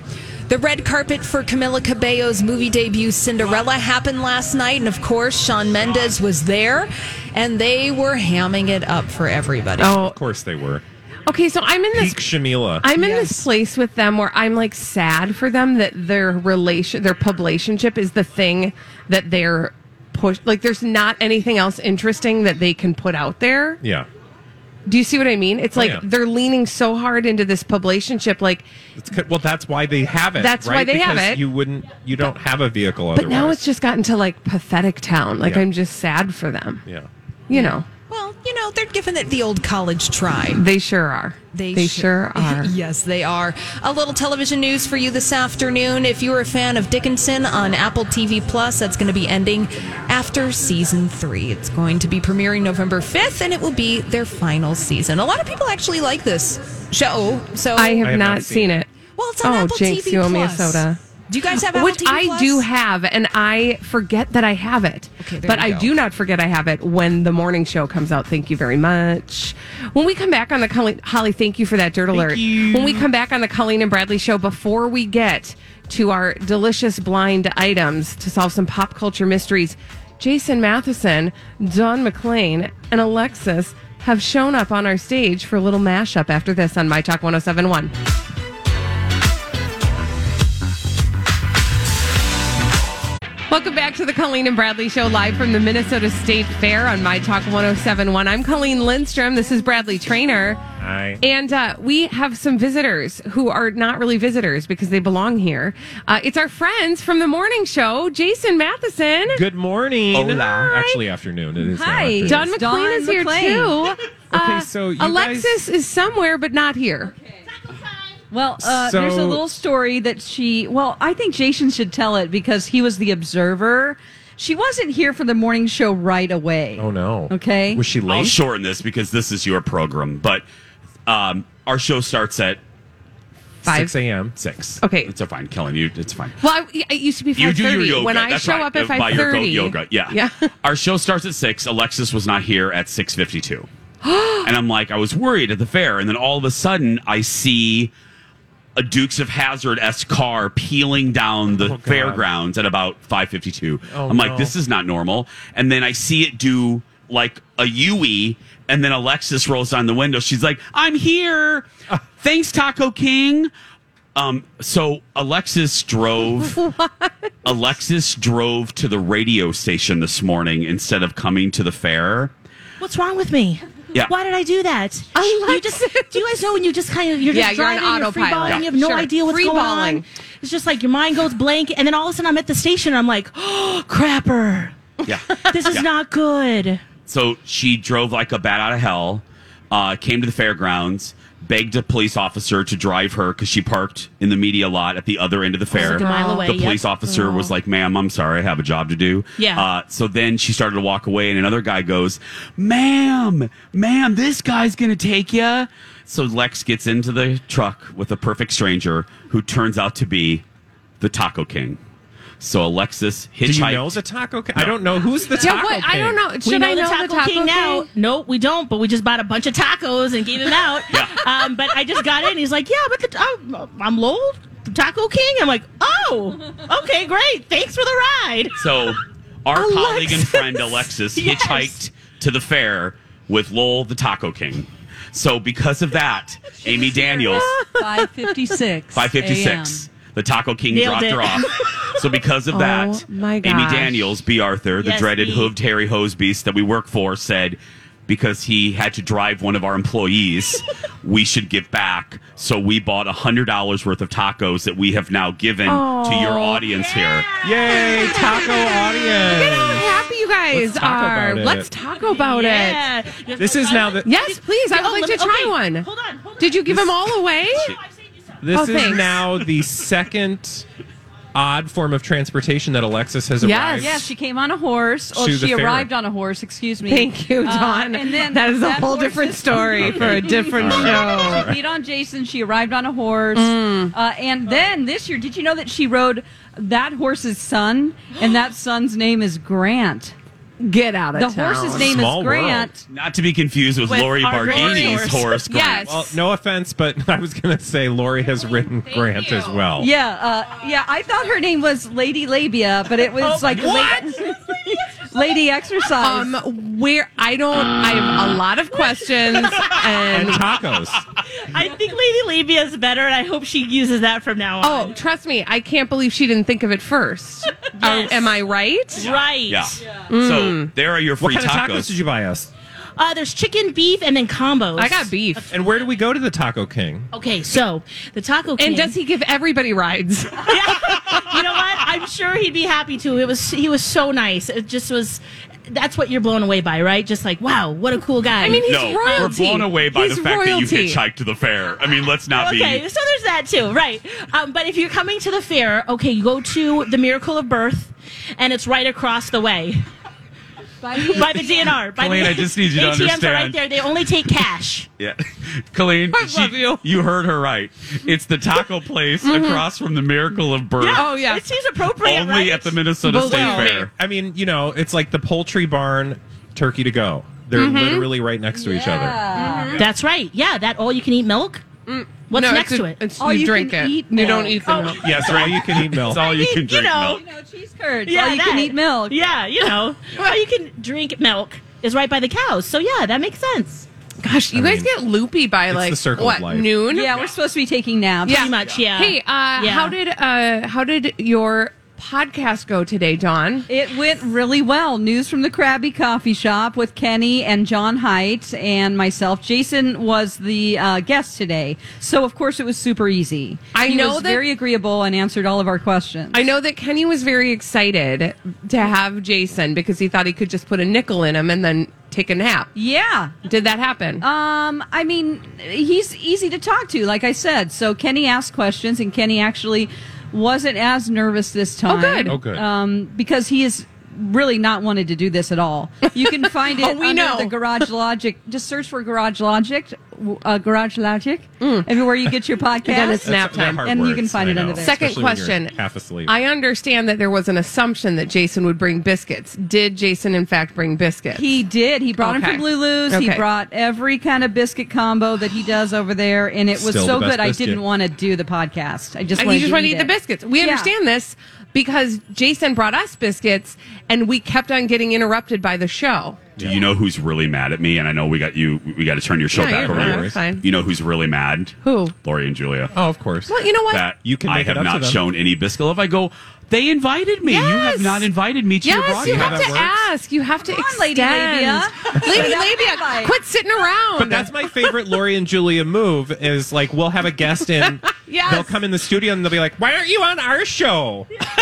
Speaker 5: The red carpet for Camila Cabello's movie debut Cinderella happened last night, and of course, Sean Mendes was there, and they were hamming it up for everybody.
Speaker 1: Oh,
Speaker 2: Of course they were.
Speaker 1: okay. So I'm in this
Speaker 2: Peak Shamila.
Speaker 1: I'm in this place with them where I'm like sad for them that their relation, their publicationship is the thing that they're pushed. Like, there's not anything else interesting that they can put out there.
Speaker 2: yeah.
Speaker 1: Do you see what I mean? It's
Speaker 2: Oh,
Speaker 1: like
Speaker 2: yeah.
Speaker 1: they're leleaning so hard into this publicationship. Like,
Speaker 2: It's, co- well, that's why they have it.
Speaker 1: That's why
Speaker 2: right?
Speaker 1: they have
Speaker 2: Because
Speaker 1: it.
Speaker 2: You wouldn't. You don't have a vehicle
Speaker 1: but
Speaker 2: otherwise.
Speaker 1: now it's just gotten to like pathetic town. Like,
Speaker 2: Yeah.
Speaker 1: I'm just sad for them.
Speaker 2: Yeah.
Speaker 1: You know,
Speaker 5: Well, you know, they're giving it the old college try.
Speaker 1: they sure are. They,
Speaker 5: (laughs)
Speaker 1: sure are.
Speaker 5: yes, they are. A little television news for you this afternoon. If you were a fan of Dickinson on Apple TV Plus, that's going to be ending after season three. It's going to be premiering November 5th, and it will be their final season. A lot of people actually like this show. So
Speaker 1: I have, not, seen it.
Speaker 5: Well, it's on
Speaker 1: oh,
Speaker 5: Apple
Speaker 1: Jinx,
Speaker 5: TV
Speaker 1: you owe me a
Speaker 5: Plus.
Speaker 1: soda.
Speaker 5: Do you guys have Apple
Speaker 1: Which
Speaker 5: TV
Speaker 1: I
Speaker 5: Plus?
Speaker 1: do have, and I forget that I have it.
Speaker 5: Okay, there
Speaker 1: but
Speaker 5: you
Speaker 1: I
Speaker 5: go.
Speaker 1: do not forget I have it when the morning show comes out. Thank you very much. When we come back on the Colleen, Holly, thank you for that dirt alert. When we come back on the Colleen and Bradley show, before we get to our delicious blind items to solve some pop culture mysteries, Jason Matheson, Don McLean, and Alexis have shown up on our stage for a little mashup after this on My Talk 1071. Welcome back to the Colleen and Bradley Show live from the Minnesota State Fair on My Talk 1071. I'm Colleen Lindstrom. This is Bradley Trainer.
Speaker 2: Hi.
Speaker 1: And uh, we have some visitors who are not really visitors because they belong here. Uh, it's our friends from the morning show, Jason Matheson.
Speaker 2: Good morning.
Speaker 1: Hi.
Speaker 2: Actually, afternoon. It is. now
Speaker 7: Hi.
Speaker 2: afternoon.
Speaker 1: Don
Speaker 7: Yes,
Speaker 1: McLean
Speaker 7: Don
Speaker 1: is here
Speaker 7: McLean.
Speaker 8: (laughs)
Speaker 1: too. Uh,
Speaker 2: Okay, so you guys-
Speaker 1: Alexis is somewhere but not here.
Speaker 7: Well, uh, there's a
Speaker 2: So-
Speaker 7: little story that she. Well, I think Jason should tell it because he was the observer. She wasn't here for the morning show right away.
Speaker 2: Oh no.
Speaker 7: Okay.
Speaker 2: Was she
Speaker 8: I'll
Speaker 2: late?
Speaker 8: shorten this because this is your program, but um, our show starts at
Speaker 1: Five.
Speaker 2: Six a.m.
Speaker 8: six.
Speaker 1: Okay.
Speaker 8: it's a fine, Kellen. You, it's fine.
Speaker 1: Well, I, it used to be
Speaker 8: You
Speaker 1: five
Speaker 8: do your
Speaker 1: thirty.
Speaker 8: yoga.
Speaker 1: When I
Speaker 8: That's
Speaker 1: show
Speaker 8: right.
Speaker 1: up at
Speaker 8: Buy
Speaker 1: five
Speaker 8: your goat
Speaker 1: thirty,
Speaker 8: yoga. Yeah.
Speaker 1: yeah. (laughs)
Speaker 8: Our show starts at six. Alexis was not here at six
Speaker 1: (gasps)
Speaker 8: fifty-two, and I'm like, I was worried at the fair, and then all of a sudden, I see a Dukes of Hazard s car peeling down the fairgrounds at about five fifty-two. I'm like,
Speaker 2: no.
Speaker 8: this is not normal. And then I see it do like a Yui, and then Alexis rolls down the window. She's like, I'm here. Thanks, Taco King. Um, so
Speaker 1: (laughs)
Speaker 8: Alexis drove. Alexis drove to the radio station this morning instead of coming to the fair.
Speaker 9: What's wrong with me?
Speaker 8: Yeah.
Speaker 9: Why did I do that? You just, do you guys know when you just kind of you're
Speaker 1: Yeah,
Speaker 9: just
Speaker 1: you're on
Speaker 9: driving, you're
Speaker 1: autopilot.
Speaker 9: freeballing,
Speaker 1: Yeah.
Speaker 9: you have no
Speaker 1: Sure.
Speaker 9: idea what's going
Speaker 1: Freeballing.
Speaker 9: on. It's just like your mind goes blank, and then all of a sudden I'm at the station. And I'm like, oh crapper,
Speaker 8: Yeah.
Speaker 9: this is
Speaker 8: Yeah.
Speaker 9: not good.
Speaker 8: (laughs) So she drove like a bat out of hell, uh, came to the fairgrounds, begged a police officer to drive her because she parked in the media lot at the other end of the fair.
Speaker 9: like a mile away,
Speaker 8: the
Speaker 9: yep. Mm.
Speaker 8: police officer was like, ma'am, I'm sorry, I have a job to do.
Speaker 9: Yeah.
Speaker 8: Uh, so then she started to walk away, and another guy goes, ma'am, ma'am, this guy's going to take you. So Lex gets into the truck with a perfect stranger who turns out to be the Taco King. So Alexis
Speaker 2: Do
Speaker 8: hitchhiked.
Speaker 2: you know the taco? King? I don't know who's the
Speaker 1: Yeah,
Speaker 2: taco.
Speaker 1: what? I
Speaker 2: King?
Speaker 1: don't know. Should
Speaker 9: we know,
Speaker 1: I know
Speaker 9: the Taco, King, now? Nope, we don't. But we just bought a bunch of tacos
Speaker 1: (laughs)
Speaker 9: and gave him out.
Speaker 8: Yeah.
Speaker 9: Um, but I just got in. He's like, yeah, but the, I'm, I'm Lowell, the Taco King. I'm like, oh, okay, great. Thanks for the ride.
Speaker 8: So, our
Speaker 9: Alexis.
Speaker 8: colleague and
Speaker 9: (laughs)
Speaker 8: friend Alexis
Speaker 9: Yes.
Speaker 8: hitchhiked to the fair with Lowell the Taco King. So, because of that, Amy Daniels,
Speaker 2: (laughs)
Speaker 7: 556.
Speaker 8: 556, the Taco King
Speaker 9: Nailed
Speaker 8: dropped
Speaker 9: it.
Speaker 8: her off. So, because of that,
Speaker 1: my
Speaker 8: Amy
Speaker 1: gosh.
Speaker 8: Daniels, B. Arthur, the
Speaker 9: Yes,
Speaker 8: dreaded
Speaker 9: B.
Speaker 8: hooved hairy hose beast that we work for, said because he had to drive one of our employees, we should give back. So, we bought $100 worth of tacos that we have now given to your audience here.
Speaker 2: Yay,
Speaker 1: (laughs)
Speaker 2: taco
Speaker 1: How
Speaker 2: audience.
Speaker 1: happy you guys
Speaker 2: Let's talk
Speaker 1: are.
Speaker 2: about it.
Speaker 1: Let's talk about it.
Speaker 9: yeah. You guys
Speaker 2: This
Speaker 9: wanna
Speaker 2: is
Speaker 9: try
Speaker 2: now
Speaker 9: one?
Speaker 2: the.
Speaker 1: Yes, please. I
Speaker 9: Oh,
Speaker 1: would like
Speaker 9: let
Speaker 1: to
Speaker 9: me-
Speaker 1: try
Speaker 9: okay,
Speaker 1: one.
Speaker 9: Hold on. Hold on.
Speaker 1: Did you give them all away?
Speaker 9: I've saved you some.
Speaker 2: This
Speaker 1: Oh,
Speaker 2: is
Speaker 1: thanks. (laughs)
Speaker 2: now the second odd form of transportation that Alexis has
Speaker 1: Yes.
Speaker 2: arrived.
Speaker 7: Yeah, she came on a horse. Or
Speaker 2: To the
Speaker 7: she
Speaker 2: fair.
Speaker 7: arrived on a horse, excuse me.
Speaker 1: Thank you,
Speaker 7: Uh,
Speaker 1: Don.
Speaker 7: and then
Speaker 1: that is a
Speaker 7: that
Speaker 1: whole
Speaker 7: horse
Speaker 1: different
Speaker 7: is-
Speaker 1: story
Speaker 7: (laughs)
Speaker 1: for a different show. Mm.
Speaker 7: She beat on Jason. She arrived on a horse. Uh, and then this year, did you know that she rode that horse's son? And that son's name is Grant. Get out of
Speaker 1: The
Speaker 7: town.
Speaker 1: horse's name is
Speaker 7: Small
Speaker 1: Grant.
Speaker 8: Not to be confused with,
Speaker 7: With
Speaker 8: Lori
Speaker 7: our
Speaker 8: Barghini's
Speaker 7: horse.
Speaker 8: horse. Grant.
Speaker 7: Yes.
Speaker 2: Well, no offense, but (laughs) I was going to say Lori
Speaker 1: Oh,
Speaker 2: has written Grant as well.
Speaker 7: Yeah, uh, yeah. I thought her name was Lady Labia, but it was
Speaker 1: Oh,
Speaker 7: like
Speaker 1: what?
Speaker 7: la- (laughs) Lady Exercise.
Speaker 1: Um, where I don't, I have a lot of questions
Speaker 9: (laughs)
Speaker 1: and,
Speaker 9: I think Lady Labia is better, and I hope she uses that from now on.
Speaker 1: Oh, trust me, I can't believe she didn't think of it first. Uh, am I right?
Speaker 9: Right.
Speaker 8: Yeah. So
Speaker 2: Mm.
Speaker 8: there are your
Speaker 2: What
Speaker 8: free
Speaker 2: kind of
Speaker 8: tacos.
Speaker 2: tacos did you buy us?
Speaker 9: Uh, there's chicken, beef, and then combos.
Speaker 1: I got beef.
Speaker 2: And where do we go to the Taco King?
Speaker 9: Okay, so the Taco King.
Speaker 1: And does he give everybody
Speaker 7: (laughs)
Speaker 1: rides?
Speaker 9: (laughs) you know what? I'm sure he'd be happy to. It was he was so nice. It just was. That's what you're blown away by, right? Just like, wow, what a cool guy.
Speaker 8: no, we're blown away by the fact that you hitchhiked to the fair. I mean, let's not
Speaker 9: Okay,
Speaker 8: be.
Speaker 9: so there's that too, right? Um, but if you're coming to the fair, okay, you go to the Miracle of Birth, and it's right across the way by the, DNR. By
Speaker 8: Colleen,
Speaker 9: the,
Speaker 8: I just need you to
Speaker 9: ATMs are right
Speaker 8: understand.
Speaker 9: there. They only take cash.
Speaker 1: (laughs)
Speaker 8: Yeah, Colleen,
Speaker 9: I
Speaker 8: she-
Speaker 9: love you.
Speaker 8: heard her right. It's the taco place
Speaker 9: Mhm.
Speaker 8: across from the Miracle of Birth.
Speaker 1: Oh,
Speaker 9: yeah. It seems appropriate.
Speaker 8: Only
Speaker 9: right?
Speaker 8: at the Minnesota State Fair.
Speaker 2: I mean, you know, it's like the poultry barn, turkey to go. They're
Speaker 1: Mm-hmm.
Speaker 9: Mhm.
Speaker 2: literally right next to each other.
Speaker 9: That's right. Yeah, that all you can eat milk.
Speaker 1: Mm.
Speaker 9: What's
Speaker 1: No, it's
Speaker 9: next
Speaker 1: a-
Speaker 9: to it?
Speaker 1: it's- All you you drink can it. eat You don't milk. eat the milk.
Speaker 2: Yes, all you can
Speaker 1: (laughs)
Speaker 2: eat milk.
Speaker 8: It's all you can drink milk.
Speaker 7: Oh, cheese curds. all you can eat milk.
Speaker 9: Yeah, you know, all you can drink milk is right by the cows. So yeah, that makes sense.
Speaker 1: Gosh, you guys get loopy by
Speaker 9: it's
Speaker 1: like
Speaker 9: the circle
Speaker 1: what
Speaker 9: of life.
Speaker 1: noon?
Speaker 7: Yeah, we're supposed to be taking naps.
Speaker 9: Pretty much, yeah.
Speaker 1: Hey, uh,
Speaker 9: Yeah.
Speaker 1: how did uh, how did your podcast go today, Dawn?
Speaker 7: It went really well. News from the Krabby Coffee Shop with Kenny and John Height and myself. Jason was the uh, guest today, so of course it was super easy.
Speaker 1: I
Speaker 7: He
Speaker 1: know
Speaker 7: was
Speaker 1: that-
Speaker 7: very agreeable and answered all of our questions.
Speaker 1: I know that Kenny was very excited to have Jason because he thought he could just put a nickel in him and then take a nap.
Speaker 7: Yeah.
Speaker 1: Did that happen?
Speaker 7: Um, I mean, he's easy to talk to, like I said. So Kenny asked questions, and Kenny actually wasn't as nervous this time.
Speaker 1: Oh, good. Oh, good.
Speaker 7: Um, because he is really not wanted to do this at all. You can find (laughs) it
Speaker 1: Oh, we
Speaker 7: under
Speaker 1: know.
Speaker 7: the Garage Logic. Just search for Garage Logic, uh, Garage Logic, everywhere you get your podcast.
Speaker 1: Again, it's nap time.
Speaker 7: and you can find it under there.
Speaker 1: Second question.
Speaker 2: half asleep.
Speaker 1: I understand that there was an assumption that Jason would bring biscuits. Did Jason, in fact, bring biscuits?
Speaker 7: He did. He brought
Speaker 1: Okay.
Speaker 7: him from Lulu's. He
Speaker 1: Okay.
Speaker 7: brought every kind of biscuit combo that he does over there, and it was
Speaker 1: Still
Speaker 7: so
Speaker 1: the best
Speaker 7: good. I
Speaker 1: biscuit.
Speaker 7: didn't want to do the podcast. I just
Speaker 1: And you
Speaker 7: wanted
Speaker 1: just
Speaker 7: to
Speaker 1: want to
Speaker 7: eat
Speaker 1: eat the
Speaker 7: it.
Speaker 1: biscuits. We
Speaker 7: Yeah.
Speaker 1: understand this because Jason brought us biscuits and we kept on getting interrupted by the show.
Speaker 8: Do you know who's really mad at me? And I know we got you. We got to turn your show
Speaker 1: Yeah,
Speaker 8: back
Speaker 1: you're
Speaker 8: over.
Speaker 1: fine,
Speaker 8: to you.
Speaker 1: it's fine.
Speaker 8: You know who's really mad?
Speaker 1: Who?
Speaker 8: Lori and Julia.
Speaker 2: Oh, of course.
Speaker 1: Well, you know what?
Speaker 8: That you can.
Speaker 2: make
Speaker 8: I
Speaker 2: it
Speaker 8: have
Speaker 2: up to
Speaker 8: not
Speaker 2: them.
Speaker 8: shown any biscuit love. I go. They invited me. You have not invited me to your
Speaker 1: Yes,
Speaker 8: broadcast.
Speaker 1: you have to ask. You have to
Speaker 7: Come on,
Speaker 1: extend.
Speaker 7: Lady (laughs) Labia.
Speaker 1: Lady
Speaker 7: Without
Speaker 1: Labia,
Speaker 7: invite.
Speaker 1: quit sitting around.
Speaker 2: But (laughs) that's my favorite Lori and Julia move is like we'll have a guest in.
Speaker 1: (laughs) Yes.
Speaker 2: They'll come in the studio and they'll be like, "Why aren't you on
Speaker 1: (laughs)
Speaker 2: our show?"
Speaker 1: because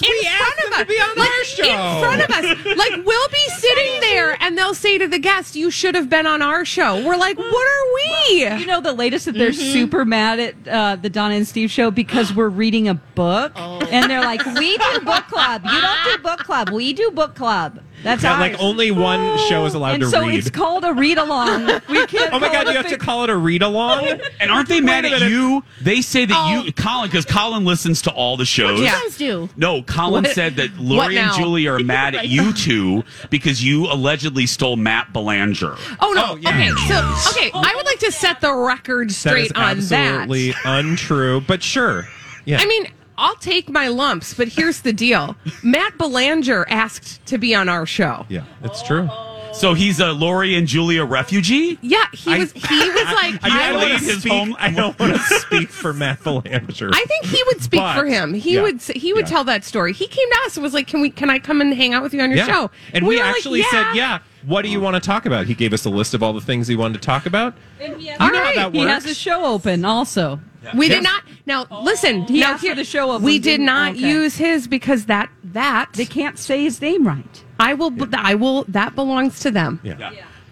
Speaker 1: we asked them to be
Speaker 2: on our show.
Speaker 1: In front of us.
Speaker 7: (laughs)
Speaker 1: Like, we'll be sitting there and they'll say to the guest, You should have been on our show. We're like, What are we?
Speaker 7: You know the latest that they're super mad at uh, the Donna and Steve show because we're reading a book, and they're like, "We do book club. You don't do book club. We do book club." That's
Speaker 2: Yeah,
Speaker 7: ours.
Speaker 2: like only one show is allowed
Speaker 7: and
Speaker 2: to
Speaker 7: so
Speaker 2: read.
Speaker 7: it's called a read along. We can't.
Speaker 2: oh my
Speaker 7: call
Speaker 2: god, you
Speaker 7: it a
Speaker 2: have to
Speaker 7: big-
Speaker 2: call it a
Speaker 1: (laughs)
Speaker 2: read along.
Speaker 8: And aren't they mad
Speaker 2: Wait a
Speaker 8: at
Speaker 2: minute.
Speaker 8: you? They say that you, Colin, because Colin listens to all the shows.
Speaker 9: You guys do.
Speaker 8: No, Colin
Speaker 9: What-
Speaker 8: said that
Speaker 9: what
Speaker 8: Lori and
Speaker 9: now?
Speaker 8: Julie are mad at
Speaker 9: Right.
Speaker 8: you two because you allegedly stole Matt Belanger.
Speaker 1: Oh no! Okay, so okay, I would like to set the record straight
Speaker 2: that is
Speaker 1: on that.
Speaker 2: absolutely untrue, but sure. Yeah.
Speaker 1: I mean, I'll take my lumps, but here's the
Speaker 2: (laughs)
Speaker 1: deal: Matt Belanger asked to be on our show.
Speaker 2: yeah, it's true.
Speaker 8: So he's a Lori and Julia refugee?
Speaker 1: Yeah, he was.
Speaker 2: (laughs)
Speaker 1: He was like,
Speaker 8: I mean,
Speaker 1: I,
Speaker 8: I
Speaker 1: would-
Speaker 8: leave
Speaker 2: Speak-
Speaker 8: his home.
Speaker 2: I don't (laughs) want to speak for Matt Belanger.
Speaker 1: I think he would speak
Speaker 2: But-
Speaker 1: for him. He
Speaker 2: Yeah.
Speaker 1: would. s- He would
Speaker 2: Yeah.
Speaker 1: tell that story. He came to us and was like, "Can we? Can I come and hang out with you on your
Speaker 2: Yeah.
Speaker 1: show?"
Speaker 2: And we,
Speaker 1: were like,
Speaker 2: actually said, yeah, what do you want to talk about? He gave us a list of all the things he wanted to talk about.
Speaker 7: All
Speaker 2: know how
Speaker 7: right,
Speaker 2: that
Speaker 7: he
Speaker 2: works.
Speaker 7: has a show open also.
Speaker 1: We
Speaker 2: Yeah.
Speaker 1: did not. Now listen.
Speaker 7: He
Speaker 1: now
Speaker 7: asked for the show open,
Speaker 1: We did
Speaker 7: didn't-
Speaker 1: not
Speaker 7: okay.
Speaker 1: use his because that that they
Speaker 7: can't say his name right.
Speaker 1: I will. I will. That belongs to them.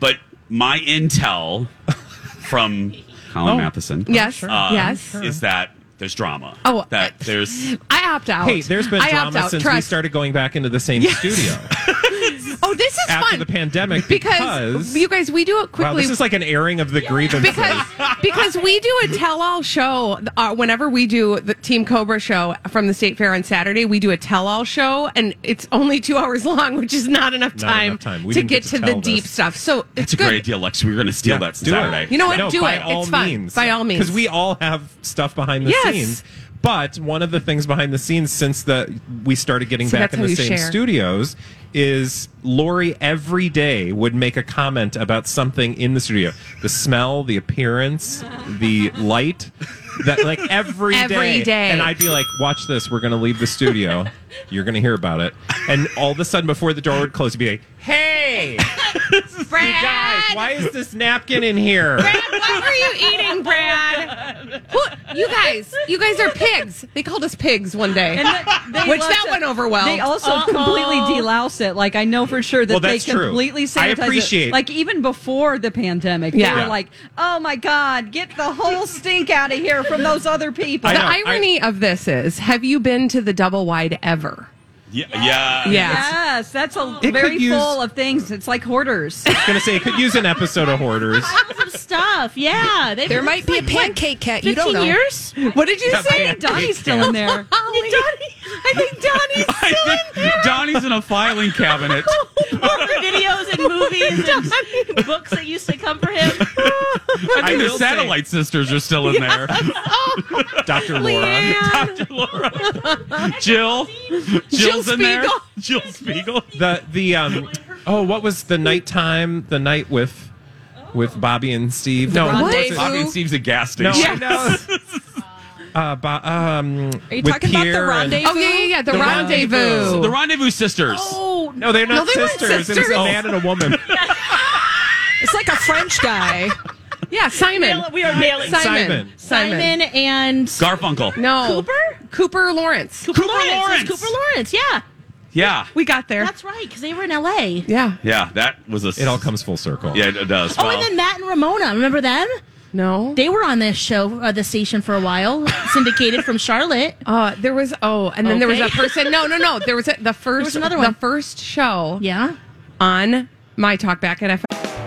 Speaker 8: But my intel from Colin
Speaker 1: Oh.
Speaker 8: Matheson.
Speaker 1: Yes, Sure. yes.
Speaker 8: Is that there's drama.
Speaker 1: Oh,
Speaker 8: That there's.
Speaker 1: I opt out.
Speaker 2: Hey, there's been
Speaker 1: I opt
Speaker 2: drama
Speaker 1: out.
Speaker 2: since we
Speaker 1: Trust.
Speaker 2: started going back into the same studio.
Speaker 1: Oh, this is
Speaker 2: after
Speaker 1: fun.
Speaker 2: the pandemic
Speaker 1: because you guys, we do it quickly.
Speaker 2: Wow, this is like (laughs) an airing of the grievances.
Speaker 1: because because we do a tell-all show uh, whenever we do the team cobra show from the state fair on saturday we do a tell-all show and it's only two hours long which is not enough
Speaker 8: Not
Speaker 1: time,
Speaker 8: enough time. We
Speaker 1: to
Speaker 8: didn't
Speaker 1: get
Speaker 8: get
Speaker 1: to,
Speaker 8: to
Speaker 1: the
Speaker 8: tell
Speaker 1: deep
Speaker 8: this.
Speaker 1: stuff so it's
Speaker 8: That's a
Speaker 1: good
Speaker 8: great idea, Lex. We're going to steal that
Speaker 2: do it.
Speaker 8: Saturday.
Speaker 1: You know what?
Speaker 2: No,
Speaker 1: do
Speaker 2: by
Speaker 1: it.
Speaker 2: all
Speaker 1: it's fun.
Speaker 2: means.
Speaker 1: By all means.
Speaker 2: Because we all have stuff behind the
Speaker 1: Yes.
Speaker 2: scenes. But one of the things behind the scenes since the we started getting
Speaker 1: See,
Speaker 2: back
Speaker 1: that's
Speaker 2: in
Speaker 1: how
Speaker 2: the
Speaker 1: you
Speaker 2: same
Speaker 1: share.
Speaker 2: studios is Lori every day would make a comment about something in the studio. The smell, the appearance, the light. That like every
Speaker 1: Every day.
Speaker 2: And I'd be like, watch this, we're gonna leave the studio. You're gonna hear about it. And all of a sudden before the door would close, it'd be like, Hey
Speaker 1: Brad,
Speaker 2: why is this napkin in here?
Speaker 1: what were you eating, Brad? Who- you guys, you guys are pigs. They called us pigs one day,
Speaker 7: And that- they
Speaker 1: which
Speaker 7: love
Speaker 1: that
Speaker 7: to-
Speaker 1: went over well.
Speaker 7: They also completely delouse it. Like I know for sure that
Speaker 2: Well,
Speaker 7: they
Speaker 2: that's true.
Speaker 7: completely sanitize
Speaker 2: I
Speaker 7: it.
Speaker 2: appreciate-
Speaker 7: Like even before the pandemic,
Speaker 2: Yeah.
Speaker 7: they
Speaker 2: Yeah.
Speaker 7: were like, "Oh my God, get the whole stink out of here from those other people."
Speaker 1: The irony of this is, have you been to the double wide ever?
Speaker 8: Yeah. Yeah.
Speaker 7: Yes, that's a
Speaker 2: It
Speaker 7: very
Speaker 2: could use-
Speaker 7: full of things. It's like hoarders.
Speaker 2: (laughs) I was gonna say it could use an episode of (laughs) Hoarders.
Speaker 9: Some stuff. Yeah. They've
Speaker 5: There
Speaker 9: been
Speaker 5: might be a pancake cat. You don't
Speaker 9: 15
Speaker 5: know.
Speaker 9: years?
Speaker 1: What did you
Speaker 8: That
Speaker 1: say?
Speaker 8: pancake Donnie's still cat.
Speaker 1: (laughs)
Speaker 8: in there.
Speaker 1: Donnie, I think (laughs) Donnie's
Speaker 8: I think Donnie's in a
Speaker 2: (laughs)
Speaker 8: filing cabinet.
Speaker 9: videos and
Speaker 5: (laughs)
Speaker 9: movies and books that used to come for him.
Speaker 8: I think
Speaker 2: will
Speaker 8: the
Speaker 2: say-
Speaker 8: Satellite Sisters are still in there.
Speaker 2: Oh. (laughs) Dr. Laura. (laughs)
Speaker 8: Dr. Laura. Jill. Jill's in there.
Speaker 1: Spiegel.
Speaker 8: (laughs) Jill Spiegel.
Speaker 2: The the um oh what was the nighttime the night with with Bobby and Steve? No, what was it?
Speaker 8: Bobby and Steve's a gas
Speaker 2: No,
Speaker 8: station.
Speaker 2: no. (laughs) Uh, Bo- um,
Speaker 5: Are you
Speaker 2: with
Speaker 5: talking about the
Speaker 2: Pierre and-
Speaker 5: rendezvous?
Speaker 1: Oh yeah, yeah, yeah. The,
Speaker 2: The
Speaker 1: rendezvous.
Speaker 2: Rendezvous.
Speaker 8: The Rendezvous Sisters.
Speaker 9: Oh,
Speaker 2: No, they're not
Speaker 1: No, they weren't
Speaker 2: sisters. It was
Speaker 1: sisters.
Speaker 2: a man and a
Speaker 5: (laughs)
Speaker 2: woman.
Speaker 5: It's like a French guy.
Speaker 1: Yeah, Simon.
Speaker 9: we are nailing
Speaker 1: Simon.
Speaker 2: Simon.
Speaker 1: Simon.
Speaker 9: Simon and
Speaker 8: Garfunkel.
Speaker 1: No.
Speaker 9: Cooper?
Speaker 1: Cooper Lawrence.
Speaker 9: Cooper
Speaker 8: Lawrence.
Speaker 9: Lawrence. It's Cooper Lawrence. Yeah,
Speaker 8: Yeah.
Speaker 1: We got there.
Speaker 9: that's right. Because they were in L.A.
Speaker 1: yeah.
Speaker 8: Yeah, that was a.
Speaker 2: It all comes full circle.
Speaker 8: Yeah, it does.
Speaker 9: Oh, and then Matt and Ramona. Remember them?
Speaker 1: No.
Speaker 9: They were on this show, uh, the station for a while, syndicated from Charlotte.
Speaker 1: Uh, there was oh, and then there was a
Speaker 9: Okay.
Speaker 1: person. No, no, no. There was a, the first.
Speaker 9: was another one.
Speaker 1: The first show.
Speaker 5: Oh.
Speaker 9: Yeah.
Speaker 1: On my talk back at FM.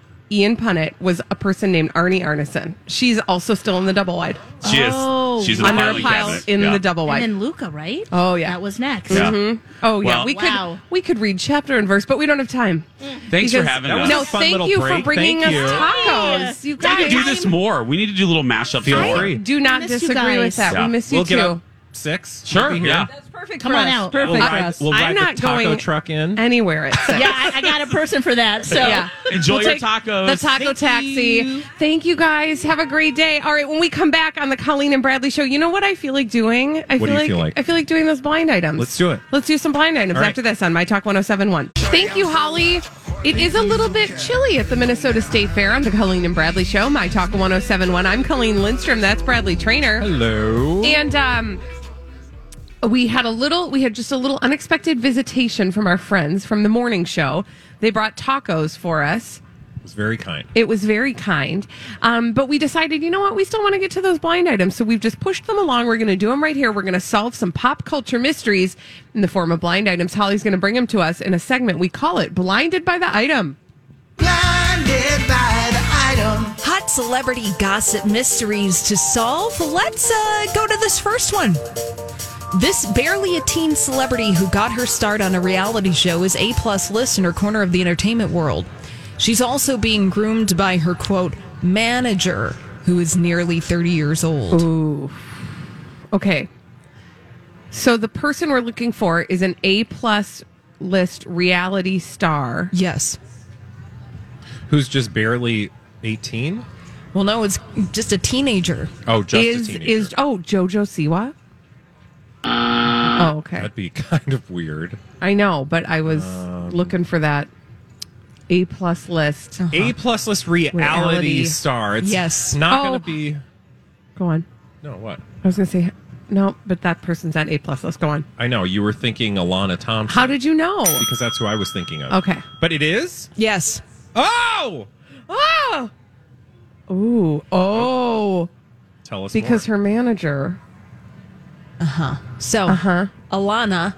Speaker 1: Ian Punnett was a person named Arnie Arneson. She's also still in the double wide.
Speaker 8: She is. She's in
Speaker 1: Oh.
Speaker 8: the
Speaker 1: Under
Speaker 8: filing
Speaker 1: a pile
Speaker 8: cabinet.
Speaker 1: in
Speaker 8: Yeah.
Speaker 1: the double wide.
Speaker 9: And then Luca, right?
Speaker 1: Oh, yeah.
Speaker 9: that was next.
Speaker 8: Yeah.
Speaker 1: Mhm. Oh yeah,
Speaker 8: Well- Mm.
Speaker 1: we could
Speaker 9: Wow.
Speaker 1: we could read chapter and verse, but we don't have time.
Speaker 8: Thanks for
Speaker 1: Because-
Speaker 8: having
Speaker 2: That was
Speaker 8: us.
Speaker 2: a
Speaker 1: No,
Speaker 2: fun
Speaker 1: thank
Speaker 2: little
Speaker 1: you for
Speaker 2: break.
Speaker 1: bringing us
Speaker 2: Thank you.
Speaker 1: tacos. You
Speaker 8: We need to
Speaker 1: guys
Speaker 8: do this more. We need to do little mashups.
Speaker 2: Feel
Speaker 8: more.
Speaker 2: free.
Speaker 1: do not
Speaker 9: miss you
Speaker 1: disagree
Speaker 9: guys.
Speaker 1: with that.
Speaker 8: Yeah.
Speaker 1: We miss you
Speaker 2: We'll
Speaker 1: too.
Speaker 2: get up six.
Speaker 8: Sure.
Speaker 2: We'll be here.
Speaker 8: Yeah.
Speaker 7: That's perfect.
Speaker 9: Come
Speaker 7: for
Speaker 9: on
Speaker 7: us.
Speaker 9: out.
Speaker 7: Perfect
Speaker 2: We'll
Speaker 7: for
Speaker 2: ride-
Speaker 7: us.
Speaker 2: we'll ride
Speaker 1: I'm
Speaker 2: the
Speaker 1: not
Speaker 2: taco
Speaker 1: going-
Speaker 2: truck in.
Speaker 1: Anywhere at six.
Speaker 9: (laughs) Yeah, I, I got a person for
Speaker 10: (laughs)
Speaker 9: that. So
Speaker 1: Yeah.
Speaker 8: Enjoy your
Speaker 1: take
Speaker 8: tacos.
Speaker 1: The taco taxi. Thank you guys. Have a great day. All right, when we come back on the Colleen and Bradley show, you know what I feel like doing? I
Speaker 2: What
Speaker 1: feel
Speaker 2: do you
Speaker 1: like,
Speaker 2: feel like?
Speaker 1: I feel like doing those blind items.
Speaker 2: Let's do it.
Speaker 1: Let's do some blind items
Speaker 2: All right.
Speaker 1: after this on My Talk 1071. Thank you, Holly. It is a little bit chilly at the Minnesota State Fair on the Colleen and Bradley show, My Talk 1071. I'm Colleen Lindstrom. That's Bradley Trainer.
Speaker 2: Hello.
Speaker 1: And um we had a little we had just a little unexpected visitation from our friends from the morning show. They brought tacos for us.
Speaker 2: It was very kind.
Speaker 1: It was very kind. Um, but we decided, you know what? We still want to get to those blind items. So we've just pushed them along. We're going to do them right here. We're going to solve some pop culture mysteries in the form of blind items. Holly's going to bring them to us in a segment. We call it Blinded by the Item.
Speaker 3: Blinded by the item.
Speaker 5: Hot celebrity gossip mysteries to solve. Let's uh, go to this first one. This barely a teen celebrity who got her start on a reality show is A plus list in her corner of the entertainment world. She's also being groomed by her quote manager, who is nearly thirty years old.
Speaker 1: Ooh. Okay. So the person we're looking for is an A plus list reality star.
Speaker 5: Yes.
Speaker 2: Who's just barely 18?
Speaker 5: Well, no, it's just a teenager.
Speaker 2: Oh, just a
Speaker 1: is,
Speaker 2: teenager.
Speaker 1: Is oh JoJo Siwa? Oh, okay.
Speaker 2: That'd be (laughs) kind of weird.
Speaker 1: I know, but I was
Speaker 2: Um,
Speaker 1: looking for that A plus list.
Speaker 2: A plus list reality,
Speaker 1: Reality.
Speaker 2: star. It's
Speaker 1: Yes.
Speaker 2: not
Speaker 1: Oh.
Speaker 2: going to be.
Speaker 1: Go on.
Speaker 2: No, what?
Speaker 1: I was gonna say no, but that person's not A plus. Let's go on.
Speaker 2: I know you were thinking Alana Thompson
Speaker 1: How did you know?
Speaker 2: because that's who I was thinking of.
Speaker 1: Okay.
Speaker 2: but it is.
Speaker 5: Yes.
Speaker 2: Oh,
Speaker 1: Oh. Ooh. Oh.
Speaker 2: tell us
Speaker 1: Because
Speaker 2: more.
Speaker 1: her manager.
Speaker 5: Uh huh. So Alana,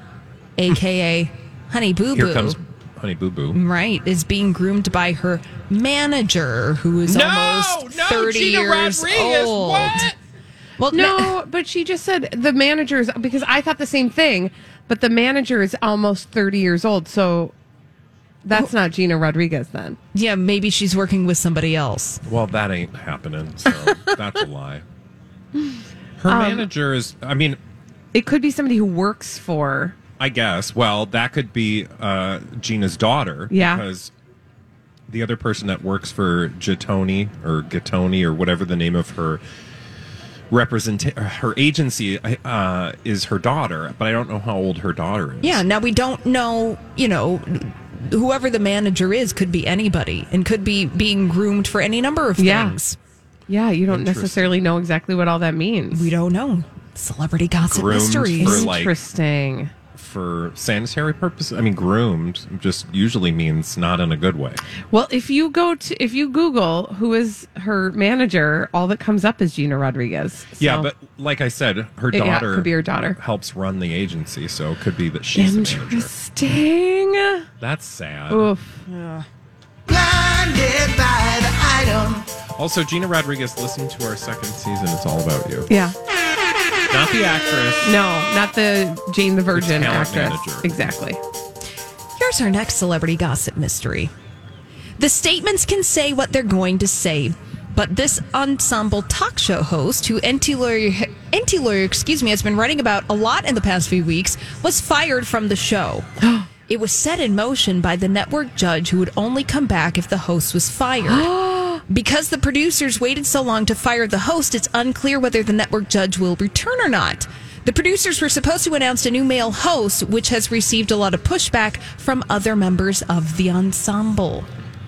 Speaker 5: aka Honey Boo Boo.
Speaker 2: here comes Honey Boo Boo.
Speaker 5: Right, is being groomed by her manager, who is
Speaker 2: No,
Speaker 5: almost
Speaker 2: no,
Speaker 5: thirty
Speaker 2: Gina
Speaker 5: years
Speaker 2: Rodriguez,
Speaker 5: old.
Speaker 2: what?
Speaker 5: Well,
Speaker 1: no, (laughs) but she just said the manager is because I thought the same thing, but the manager is almost 30 years old. So that's not Gina Rodriguez then.
Speaker 5: Yeah, maybe she's working with somebody else.
Speaker 2: Well, that ain't happening.
Speaker 1: (laughs)
Speaker 2: So that's a lie. Her
Speaker 1: Um,
Speaker 2: manager is. I mean,
Speaker 1: It could be somebody who works for.
Speaker 2: I guess. Well, that could be uh, Gina's daughter.
Speaker 1: Yeah.
Speaker 2: Because the other person that works for Jatoni or Gatoni or whatever the name of her represent her agency uh, is her daughter, but I don't know how old her daughter is.
Speaker 5: Yeah, now we don't know, you know, whoever the manager is could be anybody and could be being groomed for any number of
Speaker 1: Yeah.
Speaker 5: things.
Speaker 1: Yeah, you don't
Speaker 5: Interesting.
Speaker 1: necessarily know exactly what all that means. We
Speaker 5: don't know. Celebrity gossip
Speaker 2: Groomed
Speaker 5: mysteries.
Speaker 2: for, like-
Speaker 1: Interesting.
Speaker 2: For sanitary purposes, I mean, groomed just usually means not in a good way.
Speaker 1: Well, if you go to if you Google who is her manager, all that comes up is Gina Rodriguez.
Speaker 2: Yeah,
Speaker 1: So-
Speaker 2: but like I said, her
Speaker 1: Yeah, it
Speaker 2: daughter
Speaker 1: could be her daughter.
Speaker 2: helps run the agency, so it could be that she's the manager.
Speaker 1: interesting.
Speaker 2: That's sad.
Speaker 1: Oof.
Speaker 3: Blinded by the item.
Speaker 2: Also, Gina Rodriguez, listen to our second season. It's all about you.
Speaker 1: Yeah.
Speaker 2: Not the actress.
Speaker 1: No, not the Jane the Virgin
Speaker 2: talent
Speaker 1: actress.
Speaker 2: manager.
Speaker 1: Exactly.
Speaker 5: Here's our next celebrity gossip mystery. The statements can say what they're going to say, but this ensemble talk show host, who NT Lawyer, NT Lawyer, excuse me, has been writing about a lot in the past few weeks, was fired from the show. it was set in motion by the network judge, who would only come back if the host was fired. (gasps) because the producers waited so long to fire the host, it's unclear whether the network judge will return or not. The producers were supposed to announce a new male host, which has received a lot of pushback from other members of the ensemble.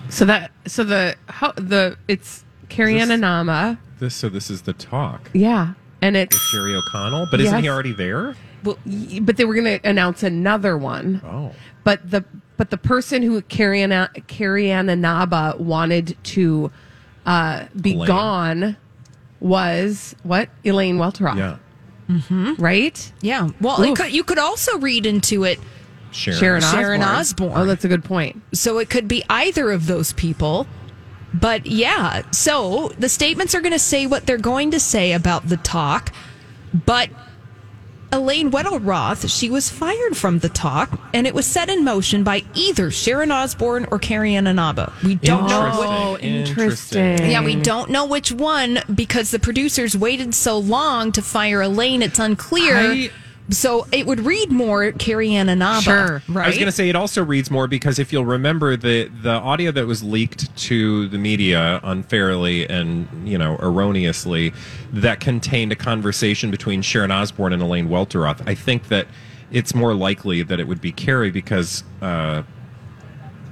Speaker 1: So that so the ho- the it's Carrie
Speaker 2: Is
Speaker 1: Ann
Speaker 2: this-
Speaker 1: Anama.
Speaker 2: This so this is the talk
Speaker 1: Yeah. And
Speaker 2: with
Speaker 1: it's
Speaker 2: Sherry O'Connell. But isn't he
Speaker 1: Yes.
Speaker 2: already there?
Speaker 5: well,
Speaker 1: y- but they were going to announce another one.
Speaker 2: Oh.
Speaker 1: But the but the person who Carrie Ann Carrie Ann Anaba wanted to uh, be
Speaker 2: Elaine.
Speaker 1: gone was what Elaine Welteroth.
Speaker 2: Yeah.
Speaker 1: Mm-hmm. Right.
Speaker 5: Yeah. Well, it could, you could also read into it.
Speaker 2: Sharon.
Speaker 1: Sharon Osbourne.
Speaker 5: Sharon Osbourne.
Speaker 1: Oh, that's a good point.
Speaker 5: So it could be either of those people. But yeah, so the statements are going to say what they're going to say about the talk. But Elaine Weddleroth, she was fired from the talk, and it was set in motion by either Sharon Osbourne or Carrie Ann Anaba. We don't know what
Speaker 1: Oh, interesting.
Speaker 5: Yeah, we don't know which one because the producers waited so long to fire Elaine. It's unclear.
Speaker 2: I-
Speaker 5: so it would read more Carrie Ann Anaba,
Speaker 1: Sure.
Speaker 5: right?
Speaker 2: I was going to say it also reads more because if you'll remember the the audio that was leaked to the media unfairly and you know erroneously that contained a conversation between Sharon Osbourne and Elaine Welteroth. I think that it's more likely that it would be Carrie because uh,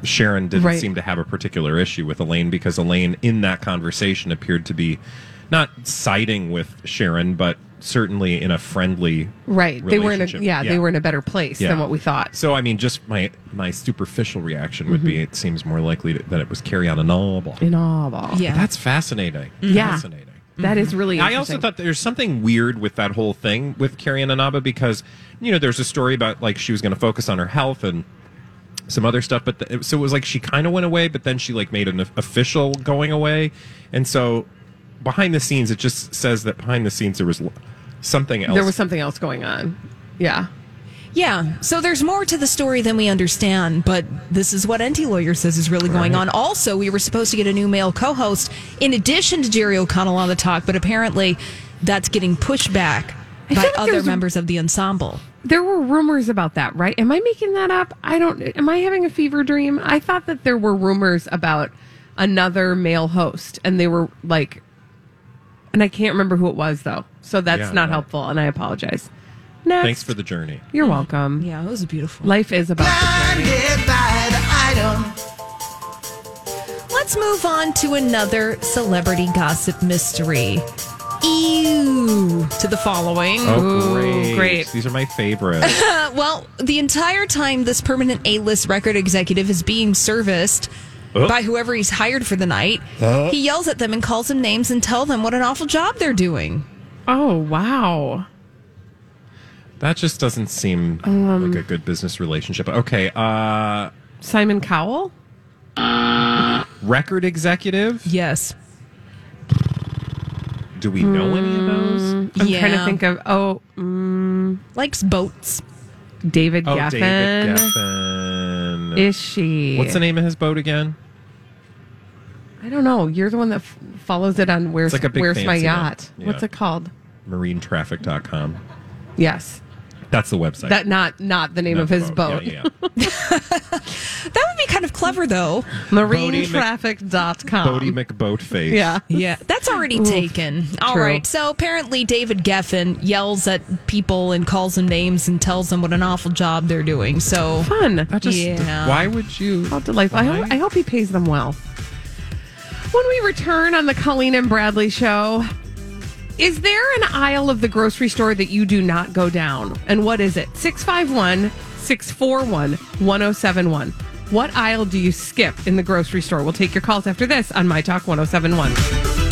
Speaker 2: Sharon didn't
Speaker 1: Right.
Speaker 2: seem to have a particular issue with Elaine because Elaine in that conversation appeared to be not siding with Sharon, but certainly in a friendly
Speaker 1: Right. They were in a
Speaker 2: relationship.
Speaker 1: yeah, they were in a better place
Speaker 2: Yeah.
Speaker 1: than what we thought.
Speaker 2: So I mean, just my my superficial reaction would be it seems more likely that it was carry on a novel.
Speaker 1: In all.
Speaker 5: Yeah.
Speaker 2: That's fascinating.
Speaker 1: Yeah.
Speaker 2: Fascinating.
Speaker 1: That is really
Speaker 2: I also
Speaker 1: interesting.
Speaker 2: thought there's something weird with that whole thing with Carrie Ann Anaba because you know there's a story about like she was going to focus on her health and some other stuff, but the, so it was like she kind of went away, but then she like made an official going away, and so behind the scenes it just says that behind the scenes there was l- something else
Speaker 1: there was something else going on. Yeah.
Speaker 5: Yeah. So there's more to the story than we understand, but this is what NT Lawyer says is really going on. Also, we were supposed to get a new male co host in addition to Jerry O'Connell on the talk, but apparently that's getting pushed back by
Speaker 1: feel like
Speaker 5: other
Speaker 1: there's-
Speaker 5: members of the ensemble.
Speaker 1: There were rumors about that, right? Am I making that up? I don't. Am I having a fever dream? I thought that there were rumors about another male host, and they were like, and I can't remember who it was though. So that's
Speaker 2: Yeah,
Speaker 1: not
Speaker 2: no.
Speaker 1: helpful, and I apologize. Next.
Speaker 2: Thanks for the journey.
Speaker 1: You're welcome.
Speaker 5: Yeah, it was beautiful.
Speaker 1: Life is (laughs) about. the journey.
Speaker 5: Let's move on to another celebrity gossip mystery. Ew to the following.
Speaker 2: Oh, great. These are my favorites.
Speaker 5: well, the entire time this permanent A list record executive is being serviced
Speaker 2: Oh.
Speaker 5: by whoever he's hired for the night,
Speaker 2: Oh.
Speaker 5: he yells at them and calls them names and tell them what an awful job they're doing.
Speaker 1: Oh, wow.
Speaker 2: That just doesn't seem
Speaker 1: Um,
Speaker 2: like a good business relationship. Okay, uh
Speaker 1: Simon Cowell.
Speaker 2: record executive?
Speaker 5: Yes.
Speaker 2: Do we know any of those?
Speaker 1: Mm, I'm trying to
Speaker 5: Yeah.
Speaker 1: think of. Oh, mm,
Speaker 5: Likes boats.
Speaker 1: David
Speaker 2: Oh,
Speaker 1: Geffen.
Speaker 2: David Geffen.
Speaker 1: Is she?
Speaker 2: What's the name of his boat again?
Speaker 1: I don't know. You're the one that f- follows it on where's
Speaker 2: It's like a big
Speaker 1: where's my
Speaker 2: fancy one.
Speaker 1: yacht?
Speaker 2: Yeah.
Speaker 1: What's it called?
Speaker 2: Marinetraffic.com.
Speaker 1: Yes,
Speaker 2: That's the website.
Speaker 1: that not not the name
Speaker 2: Not
Speaker 1: of
Speaker 2: the
Speaker 1: his boat.
Speaker 2: Yeah, yeah.
Speaker 1: (laughs)
Speaker 5: That would be kind of clever, though.
Speaker 1: Marinetraffic.com.
Speaker 2: Bodie McBoatface.
Speaker 1: Yeah.
Speaker 5: Yeah, that's already taken. All right.
Speaker 1: true.
Speaker 5: So apparently, David Geffen yells at people and calls them names and tells them what an awful job they're doing. So
Speaker 1: Fun.
Speaker 5: That
Speaker 1: just-
Speaker 5: yeah.
Speaker 2: Why would you?
Speaker 1: How delightful. I hope, I hope he pays them well. When we return on the Colleen and Bradley show, is there an aisle of the grocery store that you do not go down? And what is it? 651 641 1071. What aisle do you skip in the grocery store? We'll take your calls after this on My Talk 1071.